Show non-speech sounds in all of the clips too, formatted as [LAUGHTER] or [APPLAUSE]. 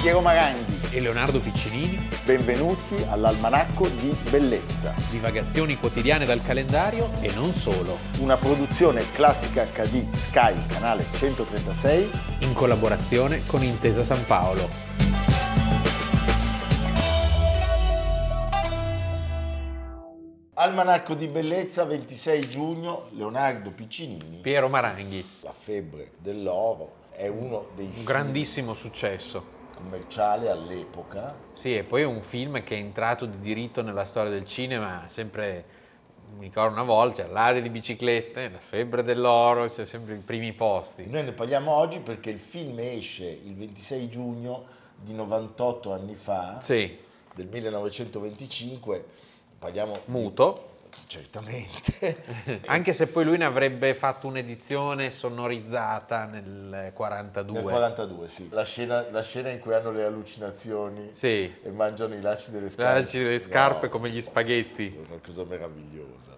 Piero Maranghi. e Leonardo Piccinini, Benvenuti all'Almanacco di Bellezza, divagazioni quotidiane dal calendario e non solo, una produzione classica HD Sky, canale 136. in collaborazione con Intesa San Paolo. Almanacco di Bellezza, 26 giugno, Leonardo Piccinini. Piero Maranghi, La febbre dell'oro è uno dei un film grandissimo successo. commerciali all'epoca. Sì, e poi è un film che è entrato di diritto nella storia del cinema, sempre mi ricordo una volta, c'era l'area di biciclette, la febbre dell'oro, cioè sempre i primi posti. Noi ne parliamo oggi perché il film esce il 26 giugno di 98 anni fa, Sì, del 1925. Parliamo di- [LAUGHS] muto. certamente. Anche se poi lui ne avrebbe fatto un'edizione sonorizzata nel 42. Nel 42, sì. La scena, la scena in cui hanno le allucinazioni Sì, e mangiano i lacci delle scarpe. Laci delle scarpe Eh, No, come gli spaghetti. Una cosa meravigliosa.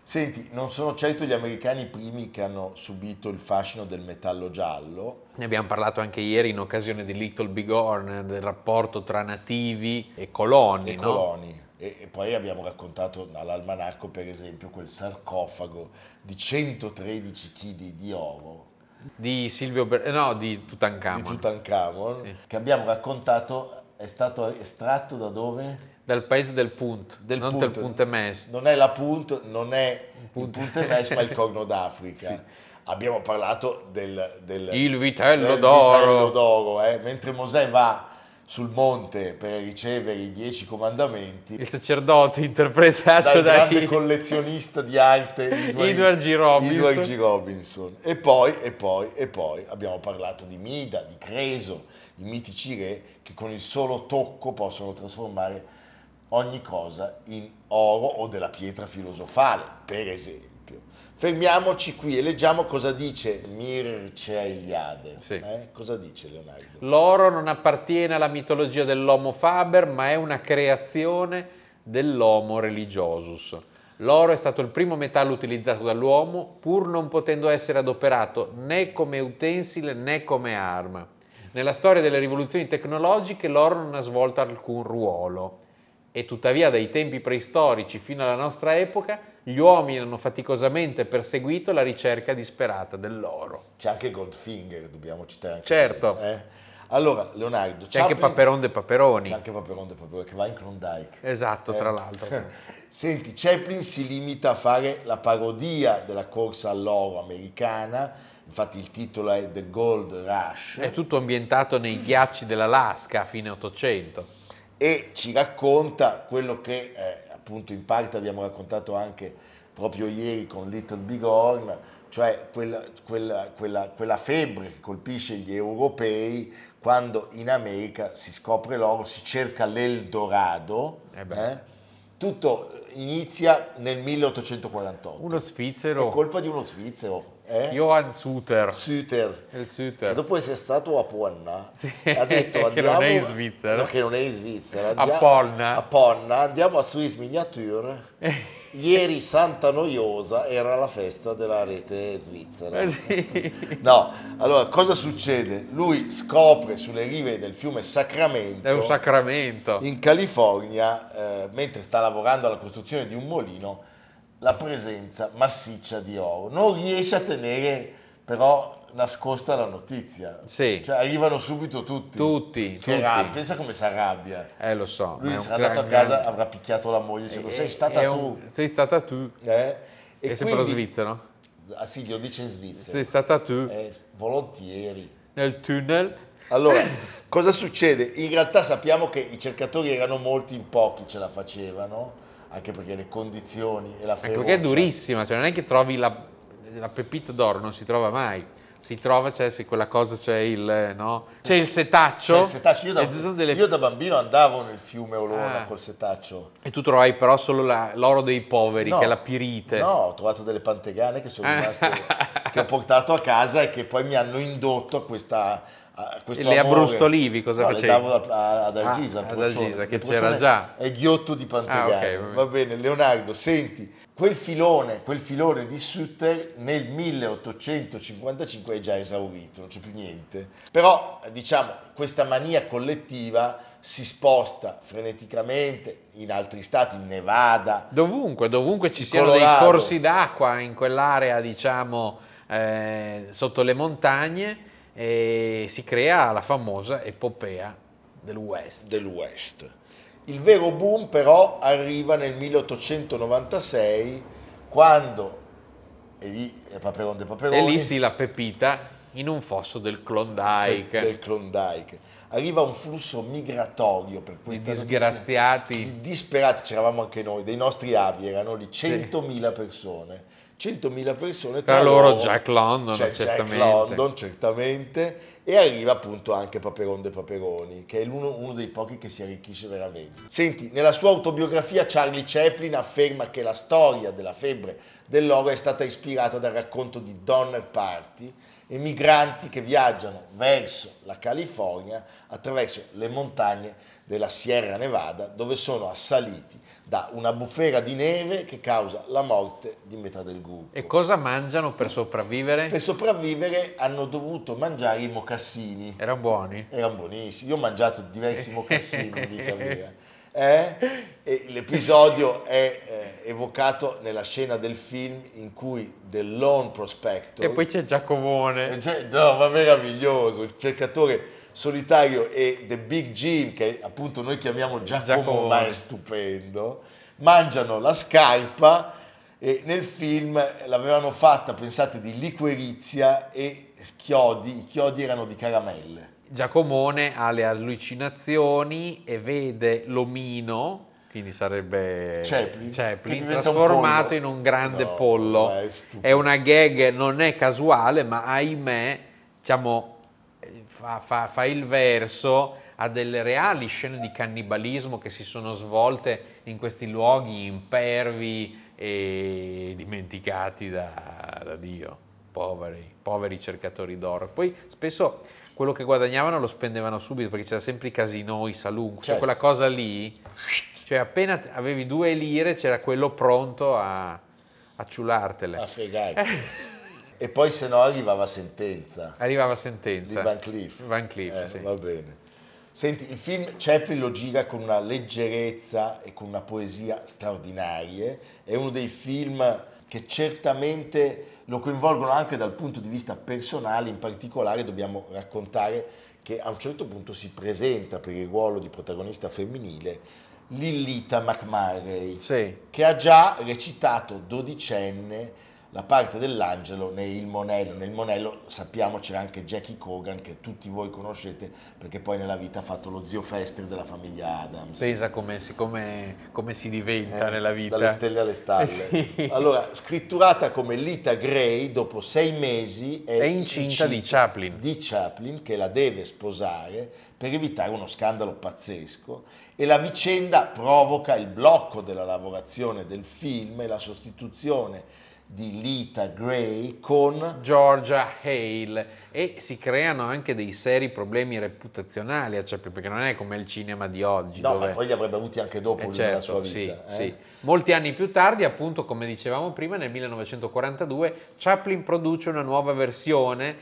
Senti, non sono certo gli americani i primi che hanno subito il fascino del metallo giallo. Ne abbiamo parlato anche ieri in occasione di Little Big Horn, del rapporto tra nativi e coloni, e no? coloni. E, e poi abbiamo raccontato all'almanacco, per esempio, quel sarcofago di 113 kg di oro Di Silvio Ber- eh, no, di di Tutankhamon. Tutankhamon, Sì. che abbiamo raccontato è stato estratto da dove? Dal paese del Punt, Del non Punt. del Punte Mes. Non è la Punt, non è il Punt. Punta Mes, ma [LAUGHS] il Corno d'Africa. Abbiamo parlato del, del- Il vitello del d'oro. vitello d'oro, eh. Mentre Mosè va sul monte per ricevere i dieci comandamenti, Il sacerdote [LAUGHS] interpretato dal da grande collezionista di arte [LAUGHS] Edward G. Robinson. Edward G. Robinson. E poi, e poi, e poi abbiamo parlato di Mida, di Creso, i mitici re che con il solo tocco possono trasformare ogni cosa in oro o della pietra filosofale, per esempio. Fermiamoci qui e leggiamo cosa dice Mircea Eliade. Sì. Eh? Cosa dice Leonardo? L'oro non appartiene alla mitologia dell'Homo Faber, ma è una creazione dell'Homo religiosus. L'oro è stato il primo metallo utilizzato dall'uomo, pur non potendo essere adoperato né come utensile né come arma. Nella storia delle rivoluzioni tecnologiche l'oro non ha svolto alcun ruolo. E tuttavia dai tempi preistorici fino alla nostra epoca gli uomini hanno faticosamente perseguito la ricerca disperata dell'oro. C'è anche Goldfinger, dobbiamo citare anche Certo. lui, eh? Allora, Leonardo, C'è anche Chaplin- Paperon de Paperoni. C'è anche Paperon de Paperon che va in Klondike. Esatto, Eh. tra l'altro. [LAUGHS] Senti, Chaplin si limita a fare la parodia della corsa all'oro americana, infatti il titolo è The Gold Rush, È tutto ambientato nei ghiacci dell'Alaska a fine 800. e ci racconta quello che eh, appunto in parte abbiamo raccontato anche proprio ieri con Little Big Horn, cioè quella, quella- quella- quella febbre che colpisce gli europei quando in America si scopre l'oro, si cerca l'Eldorado. Eh beh. eh. Tutto inizia nel 1848. Uno È svizzero, colpa di uno svizzero, eh? Johann Suter. Suter, che Il Suter. dopo essere stato a Ponna, Certo. Sì, ha detto [LAUGHS] che andiamo... non è in Svizzera. No, che non è in Svizzera. A Ponna. A Ponna, andiamo a Swiss [LAUGHS] Miniature. Ieri Santa Noiosa era la festa della rete Eh, svizzera. No, allora cosa succede? Lui scopre sulle rive del fiume Sacramento È un sacramento. in California, eh, mentre sta lavorando alla costruzione di un molino, la presenza massiccia di oro. Non riesce a tenere però nascosta la notizia. Sì. Cioè arrivano subito tutti. Tutti, Che tutti. rabbia, pensa come si arrabbia. Eh, lo so. ma è Lui un sarà gran- andato a casa, gran- avrà picchiato la moglie dicendo è- sei stata è tu. un- Sei stata tu. Eh? E E è sempre lo quindi- svizzero. Ah sì, glielo dice in Svizzera. Sei stata tu Eh, volentieri. nel tunnel. [CLEARS THROAT] Allora, cosa succede? In realtà sappiamo che i cercatori erano molti, in pochi ce la facevano, anche perché le condizioni e la Ecco, ferocia... perché è durissima, cioè non è che trovi la, la pepita d'oro, non si trova mai. Si trova, cioè, se quella cosa c'è il, eh, no? C'è il setaccio. Cioè, il setaccio, io da, e ci sono delle io da bambino andavo nel fiume Olona Ah. col setaccio. E tu trovai però solo la- l'oro dei poveri, No. che è la pirite. No, ho trovato delle pantegane che sono [LAUGHS] Ah. rimaste, che ho portato a casa e che poi mi hanno indotto a questa a questo E le amore. abbrustolivi cosa No, le facevi? davo al- a- ad Algisa, Ah, al ad procione, Algisa, perché che il c'era procione già. È ghiotto di Pantegano. Ah, ok, va bene. va bene, Leonardo, senti, quel filone, quel filone di Sutter nel 1855 è già esaurito, non c'è più niente. Però, diciamo, questa mania collettiva si sposta freneticamente in altri stati, in Nevada, Dovunque, dovunque ci siano Colorado. dei corsi d'acqua in quell'area, diciamo, eh, sotto le montagne, eh, si crea la famosa epopea del West. del West. Il vero boom però arriva nel 1896 quando, e lì è Paperone dei e Paperoni, lì si la pepita in un fosso del del, Klondike. del Klondike, arriva un flusso migratorio per questa notizia- disgraziati. di disperati, c'eravamo anche noi, dei nostri avi, erano lì 100.000 persone. 100.000 persone Tra loro Jack London, c'è Jack certamente. London, certamente, e arriva appunto anche Paperon de Paperoni, che è l'uno- uno dei pochi che si arricchisce veramente. Senti, nella sua autobiografia Charlie Chaplin afferma che la storia della febbre dell'oro è stata ispirata dal racconto di Donner Party, emigranti che viaggiano verso la California attraverso le montagne della Sierra Nevada, dove sono assaliti da una bufera di neve che causa la morte di metà del gruppo. E cosa mangiano per sopravvivere? Per sopravvivere hanno dovuto mangiare i mocassini. Erano buoni? Erano buonissimi. Io ho mangiato diversi [LAUGHS] mocassini in vita mia. Eh? E l'episodio è eh, evocato nella scena del film in cui The Lone Prospector... E poi c'è Giacomone. Eh, cioè, no, ma meraviglioso, il cercatore solitario e The Big Jim, che appunto noi chiamiamo Giacomo, Giacomo. ma è stupendo, mangiano la scarpa e nel film l'avevano fatta, pensate, di liquerizia e chiodi, i chiodi erano di caramelle. Giacomone ha le allucinazioni e vede l'omino, quindi sarebbe Chaplin, che diventa un Eh, trasformato pollo. in un grande No, pollo. ma è stupido. È una gag, non è casuale, ma ahimè, diciamo, eh, fa, fa- fa il verso a delle reali scene di cannibalismo che si sono svolte in questi luoghi impervi e dimenticati da, da Dio. Poveri, poveri cercatori d'oro. Poi spesso quello che guadagnavano lo spendevano subito perché c'era sempre i casinò, i salun, cioè Certo. quella cosa lì. Cioè appena t- avevi due lire c'era quello pronto a, a ciulartele. A fregare. Eh. e poi se no arrivava sentenza. Arrivava di sentenza. Van Cleef. Van Cleef, Eh, sì. Va bene. Senti, il film Chaplin lo gira con una leggerezza e con una poesia straordinarie. È uno dei film che certamente lo coinvolgono anche dal punto di vista personale, in particolare dobbiamo raccontare che a un certo punto si presenta per il ruolo di protagonista femminile Lillita McMurray, Sì. che ha già recitato dodicenne la parte dell'angelo nel Il Monello. Nel Monello sappiamo c'era anche Jackie Cogan che tutti voi conoscete perché poi nella vita ha fatto lo zio Fester della famiglia Adams. Pensa come si, come- come si diventa Eh, nella vita. Dalle stelle alle stalle. Eh, [LAUGHS] sì. Allora, scritturata come Lita Gray, dopo sei mesi è, È incinta di Chaplin. di Chaplin, che la deve sposare per evitare uno scandalo pazzesco e la vicenda provoca il blocco della lavorazione del film e la sostituzione di Lita Gray con Georgia Hale e si creano anche dei seri problemi reputazionali a Chaplin perché non è come il cinema di oggi No, dove ma poi li avrebbe avuti anche dopo Eh, lui nella sua certo, sì, vita. eh. sì. Molti anni più tardi, appunto, come dicevamo prima, nel 1942, Chaplin produce una nuova versione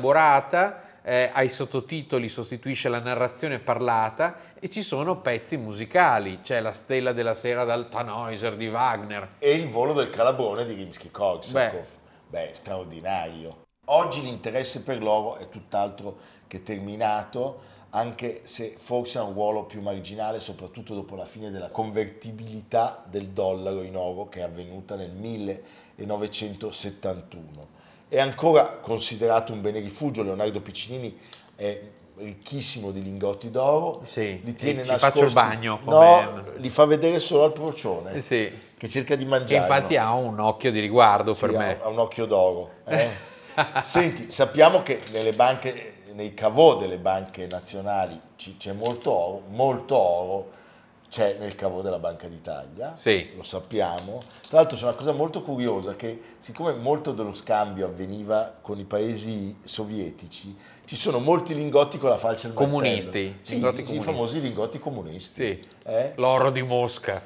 rielaborata, eh, ai sottotitoli sostituisce la narrazione parlata e ci sono pezzi musicali, c'è La stella della sera dal Tannhäuser di Wagner. e il volo del calabrone di Rimsky-Korsakov. Beh. straordinario. Oggi l'interesse per l'oro è tutt'altro che terminato, anche se forse ha un ruolo più marginale, soprattutto dopo la fine della convertibilità del dollaro in oro che è avvenuta nel 1971. È ancora considerato un bene rifugio, Leonardo Piccinini è ricchissimo di lingotti d'oro, Sì, li tiene ci nascosti. faccio il bagno, No, come- li fa vedere solo al procione Eh sì. che cerca di Che mangiare. infatti ha un occhio di riguardo Sì, per ha- me. Ha un occhio d'oro. eh. [LAUGHS] Senti, sappiamo che nelle banche, nei cavò delle banche nazionali ci- c'è molto oro, molto oro c'è nel cavo della Banca d'Italia, Sì. lo sappiamo. Tra l'altro c'è una cosa molto curiosa che siccome molto dello scambio avveniva con i paesi sovietici, ci sono molti lingotti con la falce e il martello. Comunisti, Sì, lingotti sì, i comunisti. famosi lingotti comunisti. Sì. Eh? L'oro di Mosca.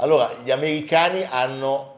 Allora, gli americani hanno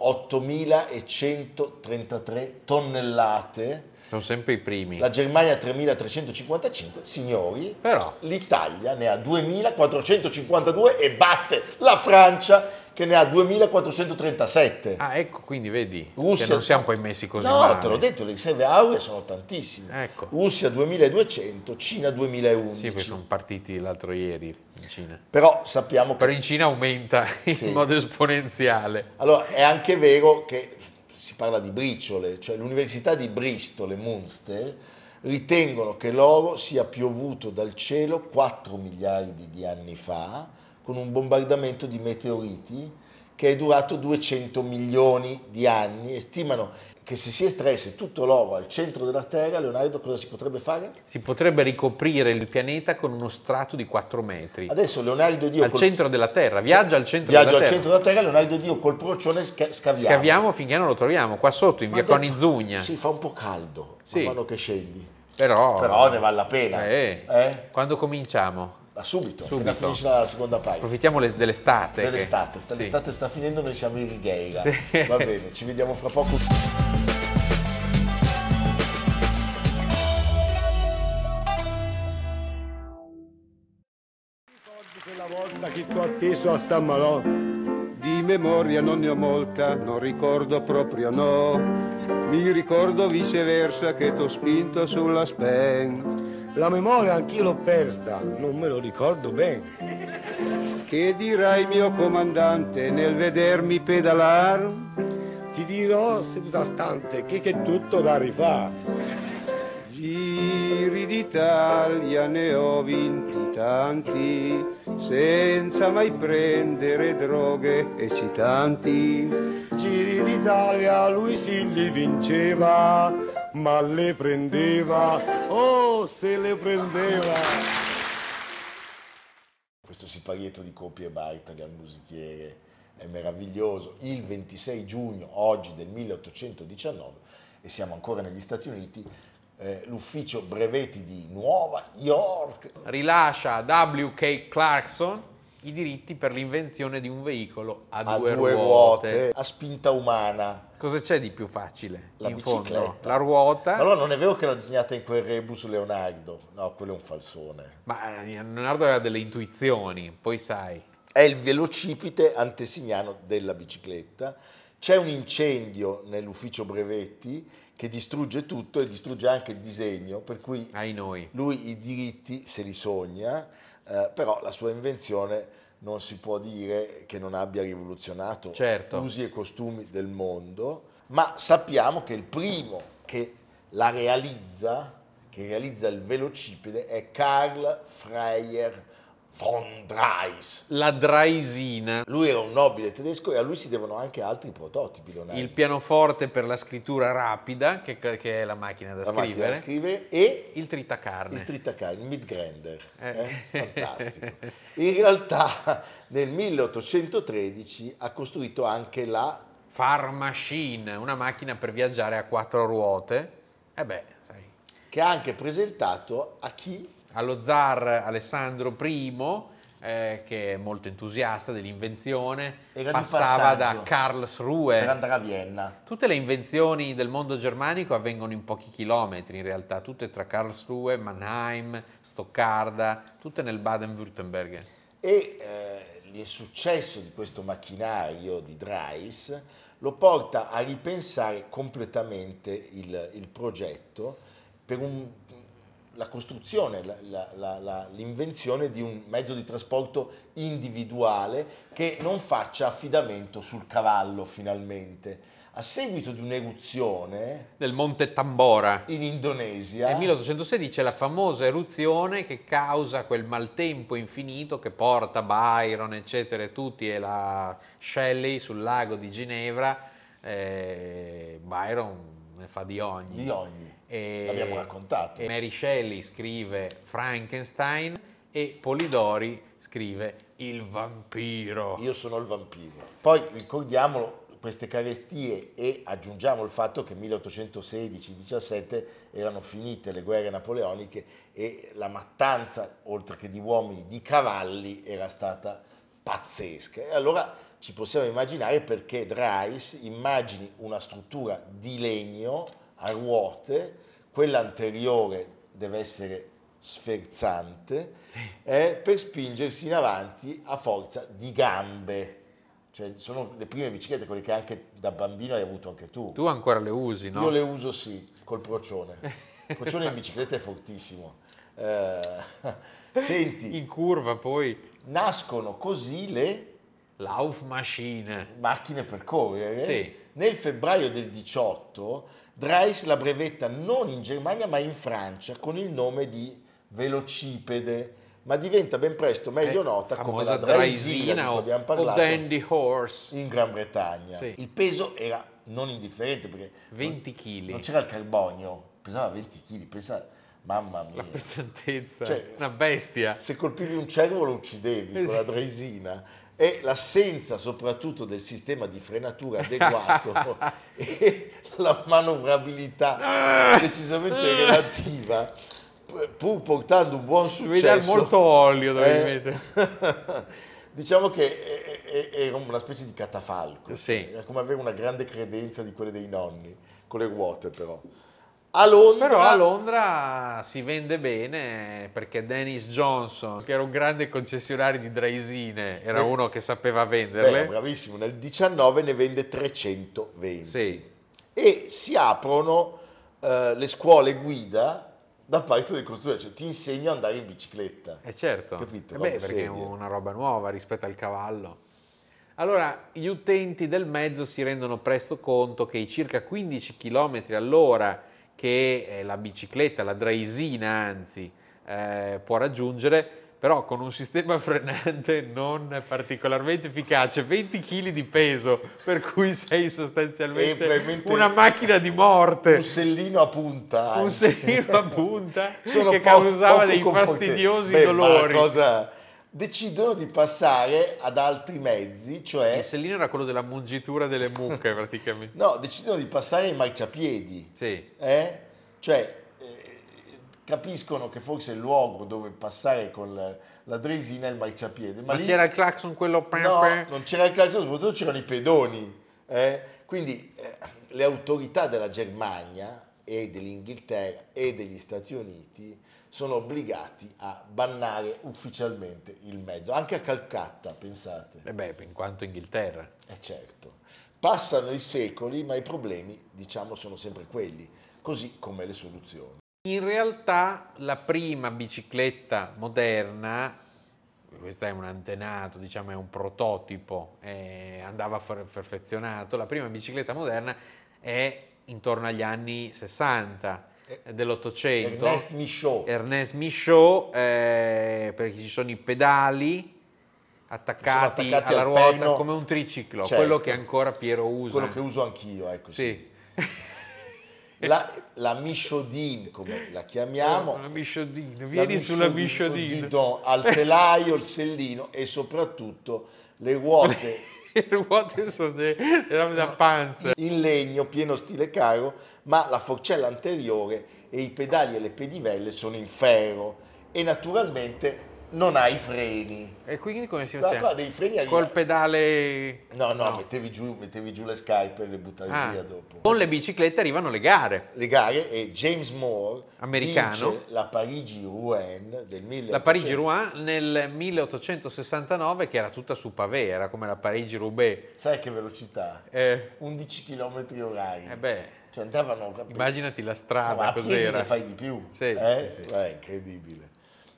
8.133 tonnellate, Sono sempre i primi. la Germania 3.355, signori, Però l'Italia ne ha 2.452 e batte la Francia che ne ha 2.437. Ah, ecco, quindi vedi Russia- che non siamo poi messi così no, male. te l'ho detto, le riserve auree sono tantissime. Ecco. Russia 2.200, Cina 2.011. Sì, poi sono partiti l'altro ieri in Cina. Però sappiamo che Però in Cina aumenta [LAUGHS] in Sì. modo esponenziale. Allora, è anche vero che si parla di briciole, cioè l'università di Bristol e Munster ritengono che l'oro sia piovuto dal cielo 4 miliardi di anni fa con un bombardamento di meteoriti che è durato 200 milioni di anni e stimano che se si estraesse tutto l'oro al centro della Terra, Leonardo, cosa si potrebbe fare? Si potrebbe ricoprire il pianeta con uno strato di 4 metri. Adesso Leonardo Dio Al col- centro della Terra, viaggia al centro viaggio della al Terra. centro della Terra, Leonardo Dio col procione sca- scaviamo. Scaviamo finché non lo troviamo, qua sotto, in Ma via detto- Conizugna. Sì, fa un po' caldo Sì. man mano che scendi. Però, Però ne vale la pena. Eh, Eh? Quando cominciamo? Ma subito, Subito. appena finisce la seconda parte. Approfittiamo le- dell'estate. che- Dell'estate, sta- Sì. l'estate sta finendo, noi siamo in righeira. Sì. Va bene, ci vediamo fra poco. Quella volta che t'ho atteso a San Malò Di memoria non ne ho molta, non ricordo proprio no Mi ricordo viceversa che t'ho spinto sulla spen La memoria anch'io l'ho persa, non me lo ricordo bene. Che dirai mio comandante nel vedermi pedalar? Ti dirò seduta stante che che tutto da rifà. Giri d'Italia ne ho vinti tanti Senza mai prendere droghe eccitanti Giri d'Italia lui si li vinceva, ma le prendeva, oh se le prendeva. Questo siparietto di copie e Bartali al musichiere è meraviglioso. Il 26 giugno, oggi del 1819, e siamo ancora negli Stati Uniti, eh, l'ufficio brevetti di Nuova York rilascia a W.K. Clarkson i diritti per l'invenzione di un veicolo a, ha due, due, ruote. ruote a spinta umana. Cosa c'è di più facile? La in bicicletta. fondo, la ruota. Ma allora non è vero che l'ha disegnata in quel rebus Leonardo, no, quello è un falsone. Ma eh, Leonardo aveva delle intuizioni, poi sai. È il velocipite antesignano della bicicletta. C'è un incendio nell'ufficio brevetti che distrugge tutto e distrugge anche il disegno, per cui Ai noi. lui i diritti se li sogna, eh, però la sua invenzione non si può dire che non abbia rivoluzionato Certo. usi e costumi del mondo, ma sappiamo che il primo che la realizza, che realizza il velocipede, è Karl Freyer von Dreis. La Draisina, Lui era un nobile tedesco e a lui si devono anche altri prototipi, Leonardo. il pianoforte per la scrittura rapida, che, che è la macchina da la scrivere. macchina da scrivere e Il tritacarne. Il trittacarne, il midgrander, Eh. eh? fantastico. In realtà nel 1813 ha costruito anche la... Far machine, una macchina per viaggiare a quattro ruote. E beh, sai, che ha anche presentato a chi? allo zar Alessandro I, eh, che è molto entusiasta dell'invenzione, Era di passava da passaggio. Per Karlsruhe. andare a Vienna. Tutte le invenzioni del mondo germanico avvengono in pochi chilometri, in realtà, tutte tra Karlsruhe, Mannheim, Stoccarda, tutte nel Baden-Württemberg. E eh, il successo di questo macchinario di Dreis lo porta a ripensare completamente il, il progetto per un- la costruzione, la- la- la- la- l'invenzione di un mezzo di trasporto individuale che non faccia affidamento sul cavallo finalmente. A seguito di un'eruzione Del Monte Tambora. in Indonesia... Nel 1816 c'è la famosa eruzione che causa quel maltempo infinito che porta Byron, eccetera, e tutti e la Shelley sul lago di Ginevra. Eh, Byron ne fa di ogni. di ogni. E- L'abbiamo raccontato. e Mary Shelley scrive Frankenstein E Polidori scrive Il vampiro. Io sono il vampiro. Poi ricordiamolo queste carestie e aggiungiamo il fatto che 1816-17 erano finite le guerre napoleoniche e la mattanza, oltre che di uomini, di cavalli era stata pazzesca. E allora ci possiamo immaginare perché Drais immagini una struttura di legno a ruote, quella anteriore deve essere sferzante, eh, per spingersi in avanti a forza di gambe. Cioè, sono le prime biciclette, quelle che anche da bambino hai avuto anche tu. Tu ancora le usi, no? Io le uso sì, col procione. [LAUGHS] Il procione in bicicletta è fortissimo. Eh, [LAUGHS] senti, In curva poi nascono così le Laufmaschine. macchine per correre. Sì. Nel febbraio del 18 Dreis la brevetta non in Germania ma in Francia con il nome di velocipede, ma diventa ben presto meglio Eh, nota come famosa la Draisina di Draisina cui abbiamo o, o parlato Dandy Horse. in Gran Bretagna. Sì. Il peso era non indifferente perché 20 kg. non c'era il carbonio, pesava 20 kg, pesa... Mamma mia. La pesantezza. Cioè- Una bestia. Se colpivi un cervo lo uccidevi con la draisina e l'assenza soprattutto del sistema di frenatura [LAUGHS] adeguato e la manovrabilità Eh. decisamente relativa, pur portando un buon Devi dare successo. molto olio, dovevi eh, mettere. [LAUGHS] diciamo che eh, eh, era una specie di catafalco, cioè, Sì. era come avere una grande credenza di quelle dei nonni, con le ruote però. A Londra, Però a Londra si vende bene perché Dennis Johnson, che era un grande concessionario di draisine, era Eh. uno che sapeva Beh, era venderle. bravissimo, nel 19 ne vende 320. sì. e si aprono eh, le scuole guida da parte del costruttore, cioè ti insegno ad andare in bicicletta. Eh certo, Capito, Eh robe beh, perché è serie. una roba nuova rispetto al cavallo. Allora, gli utenti del mezzo si rendono presto conto che i circa 15 km all'ora che eh, la bicicletta, la draisina anzi, eh, può raggiungere, però con un sistema [LAUGHS] frenante non particolarmente efficace, 20 kg di peso, per cui sei E sostanzialmente Eh, probabilmente una macchina di morte Un sellino a punta. un anche. serino a punta [LAUGHS] Sono che po- causava poco dei confortevoli. fastidiosi Beh, ma dolori. cosa- Decidono di passare ad altri mezzi, cioè... Il sellino era quello della mungitura delle mucche praticamente. No, decidono di passare ai marciapiedi. Sì, eh? Cioè, eh, capiscono che forse il luogo dove passare con la, la dresina è il marciapiede. Ma, ma lì- c'era il clacson quello... pe- No, pe- non c'era il calcio, soprattutto c'erano i pedoni. eh. Quindi eh, le autorità della Germania e dell'Inghilterra e degli Stati Uniti sono obbligati a bannare ufficialmente il mezzo, anche a Calcutta, pensate. Eh beh, in quanto Inghilterra. Eh certo. Passano i secoli, ma i problemi, diciamo, sono sempre quelli, così come le soluzioni. In realtà la prima bicicletta moderna, questa è un antenato, diciamo è un prototipo, eh, andava fer- perfezionato, la prima bicicletta moderna è intorno agli anni 60 eh, dell'Ottocento. Ernest Michaud, Ernest Michaud, eh, perché ci sono i pedali attaccati, Sono attaccati alla al ruota perno. come un triciclo, Certo. quello che ancora Piero usa. quello che uso anch'io, ecco. sì. sì. La, la Michaudin, come la chiamiamo, Una misciodina, La vieni sulla misciodin- misciodina. didon, al telaio, il sellino e soprattutto le ruote [LAUGHS] Le ruote sono de- della della panza. in legno pieno stile caro, ma la forcella anteriore e i pedali e le pedivelle sono in ferro e naturalmente non hai freni. E quindi come si Da qua faceva? dei freni arriva- Col pedale... No, no, Mettevi, giù, mettevi giù le scarpe e le buttavi Ah, via dopo. Con le biciclette arrivano le gare. Le gare e James Moore Americano. vince la Parigi-Rouen del 1800. La Certo. Parigi-Rouen nel 1869, che era tutta su pavé, era come la Parigi-Roubaix. Sai che velocità? Eh, 11 km orari. eh beh, Cioè andavano a immaginati la No, strada, ma a piedi cos'era. ne fai di più. Sì, eh? sì, sì. È incredibile.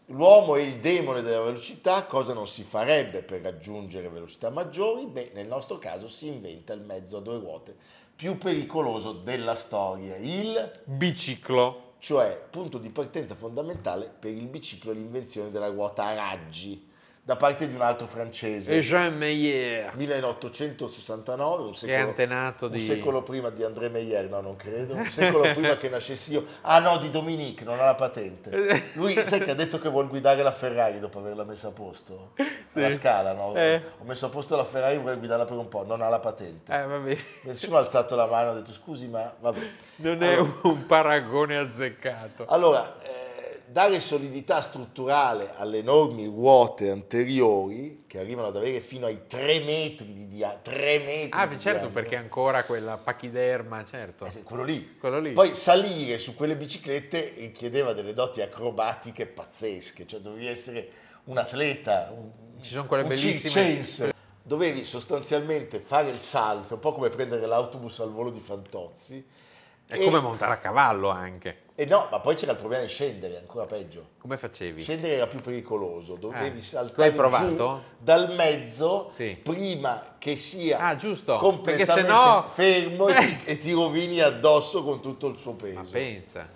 L'uomo è il demone della velocità, cosa non si farebbe per raggiungere velocità maggiori? Beh, nel nostro caso si inventa il mezzo a due ruote più pericoloso della storia, il Biciclo. cioè punto di partenza fondamentale per il biciclo è l'invenzione della ruota a raggi, da parte di un altro francese. E Jean Meyer. 1869, un Che è secolo, antenato di... un secolo prima di André Meyer, no non credo, un secolo prima che nascessi io. Ah no, di Dominique, non ha la patente. [LAUGHS] Lui, sai che ha detto che vuol guidare la Ferrari dopo averla messa a posto? La Sì. scala, no? Eh. Ho messo a posto la Ferrari, vorrei guidarla per un po', non ha la patente. Eh, vabbè. Nessuno ha alzato la mano, ha detto scusi ma vabbè. Non è un paragone azzeccato. Allora, eh, dare solidità strutturale alle enormi ruote anteriori, che arrivano ad avere fino ai 3 metri di diametro. 3 metri Ah, di beh, certo, diametro. perché ancora quella pachiderma, certo. Eh, sì, quello lì. Quello lì. Poi salire su quelle biciclette richiedeva delle doti acrobatiche pazzesche, cioè dovevi essere un atleta, un, Ci sono quelle un bellissime- circense. Dovevi sostanzialmente fare il salto, un po' come prendere l'autobus al volo di Fantozzi. È come montare a cavallo anche. e no, ma poi c'era il problema di scendere, ancora peggio. Come facevi? Scendere era più pericoloso, dovevi Eh, saltare l'hai provato? giù dal mezzo Sì. prima che sia Ah, giusto, perché completamente sennò- fermo [LAUGHS] e ti, e ti rovini addosso con tutto il suo Ma peso. pensa.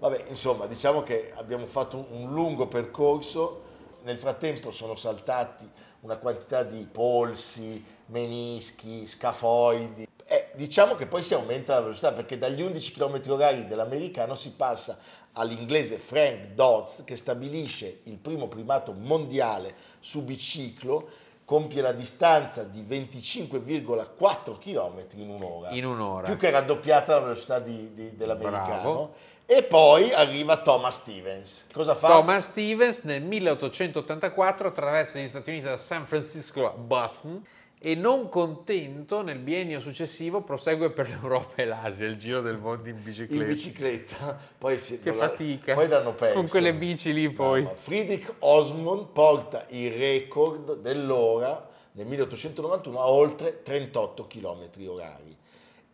Vabbè, insomma, diciamo che abbiamo fatto un- un lungo percorso, nel frattempo sono saltati una quantità di polsi, menischi, scafoidi. Eh, diciamo che poi si aumenta la velocità perché dagli 11 km orari dell'americano si passa all'inglese Frank Dodds che stabilisce il primo primato mondiale su biciclo, compie la distanza di 25,4 km in un'ora. In un'ora. Eh. Più che raddoppiata la velocità di- di- dell'americano. Bravo. E poi arriva Thomas Stevens. Cosa fa? Thomas Stevens nel 1884 attraversa gli Stati Uniti da San Francisco a Boston e non contento nel biennio successivo prosegue per l'Europa e l'Asia, il giro del mondo in bicicletta. in bicicletta, [LAUGHS] poi si, Che non la- fatica. Poi l'hanno perso. Con quelle bici lì poi. Mamma. Friedrich Osmond porta il record dell'ora nel 1891 a oltre 38 km orari.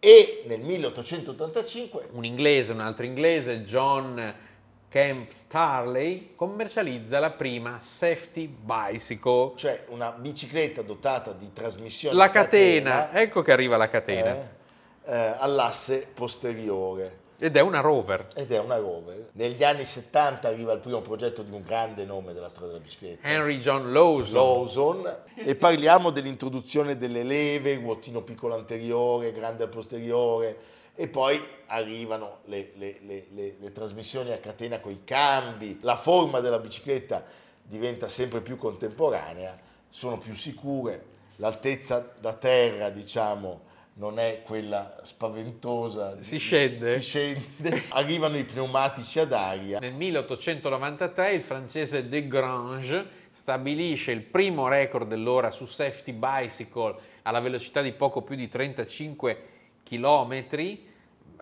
E nel 1885 un inglese, un altro inglese, John Camp Starley, commercializza la prima safety bicycle. cioè una bicicletta dotata di trasmissione La a catena, ecco che arriva la catena. eh, eh, all'asse posteriore. Ed è una rover. Ed è una rover. Negli anni 70 arriva il primo progetto di un grande nome della storia della bicicletta. Henry John Lawson. Lawson. E parliamo dell'introduzione delle leve, ruotino piccolo anteriore, grande al posteriore. E poi arrivano le, le- le- le- le trasmissioni a catena con i cambi. La forma della bicicletta diventa sempre più contemporanea, sono più sicure. L'altezza da terra, diciamo, non è quella spaventosa. Si scende. Si scende. Arrivano i pneumatici ad aria. Nel 1893 il francese De Grange stabilisce il primo record dell'ora su safety bicycle alla velocità di poco più di 35 km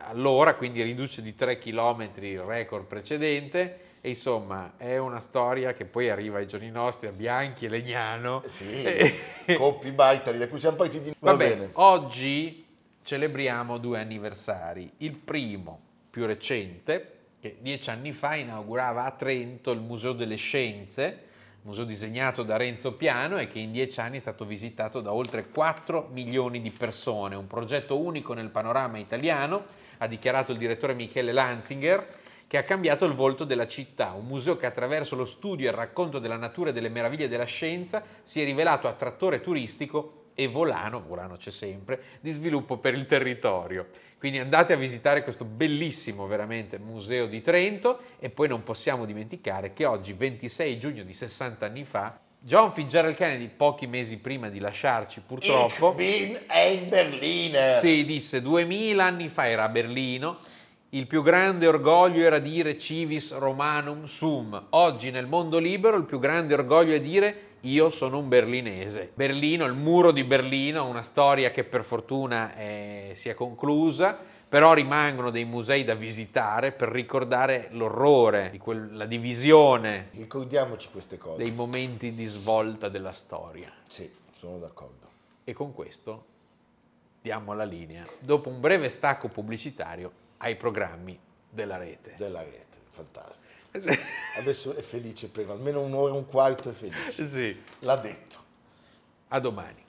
all'ora, quindi riduce di 3 km il record precedente. E insomma, è una storia che poi arriva ai giorni nostri a Bianchi e Legnano. [LAUGHS] Sì, Eh. Coppi Baitali, da cui siamo partiti. Va bene, oggi celebriamo due anniversari. Il primo, più recente, che dieci anni fa inaugurava a Trento il Museo delle Scienze, museo disegnato da Renzo Piano e che in dieci anni è stato visitato da oltre 4 milioni di persone. Un progetto unico nel panorama italiano, ha dichiarato il direttore Michele Lanzinger che ha cambiato il volto della città, un museo che attraverso lo studio e il racconto della natura e delle meraviglie della scienza si è rivelato attrattore turistico e volano, volano c'è sempre, di sviluppo per il territorio. Quindi andate a visitare questo bellissimo veramente museo di Trento e poi non possiamo dimenticare che oggi, 26 giugno di 60 anni fa, John Fitzgerald Kennedy, pochi mesi prima di lasciarci purtroppo, Ich bin ein Berliner. sì, disse 2000 anni fa era a Berlino. Il più grande orgoglio era dire civis romanum sum. Oggi nel mondo libero il più grande orgoglio è dire io sono un berlinese. Berlino, il muro di Berlino, una storia che per fortuna eh, si è conclusa, però rimangono dei musei da visitare per ricordare l'orrore di quella divisione, Ricordiamoci queste cose. dei momenti di svolta della storia. Sì, sono d'accordo. E con questo diamo la linea, dopo un breve stacco pubblicitario, ai programmi della rete. Della rete, fantastico. Eh, Adesso è felice per Eh almeno un'ora e un quarto è felice. sì, L'ha detto. a domani.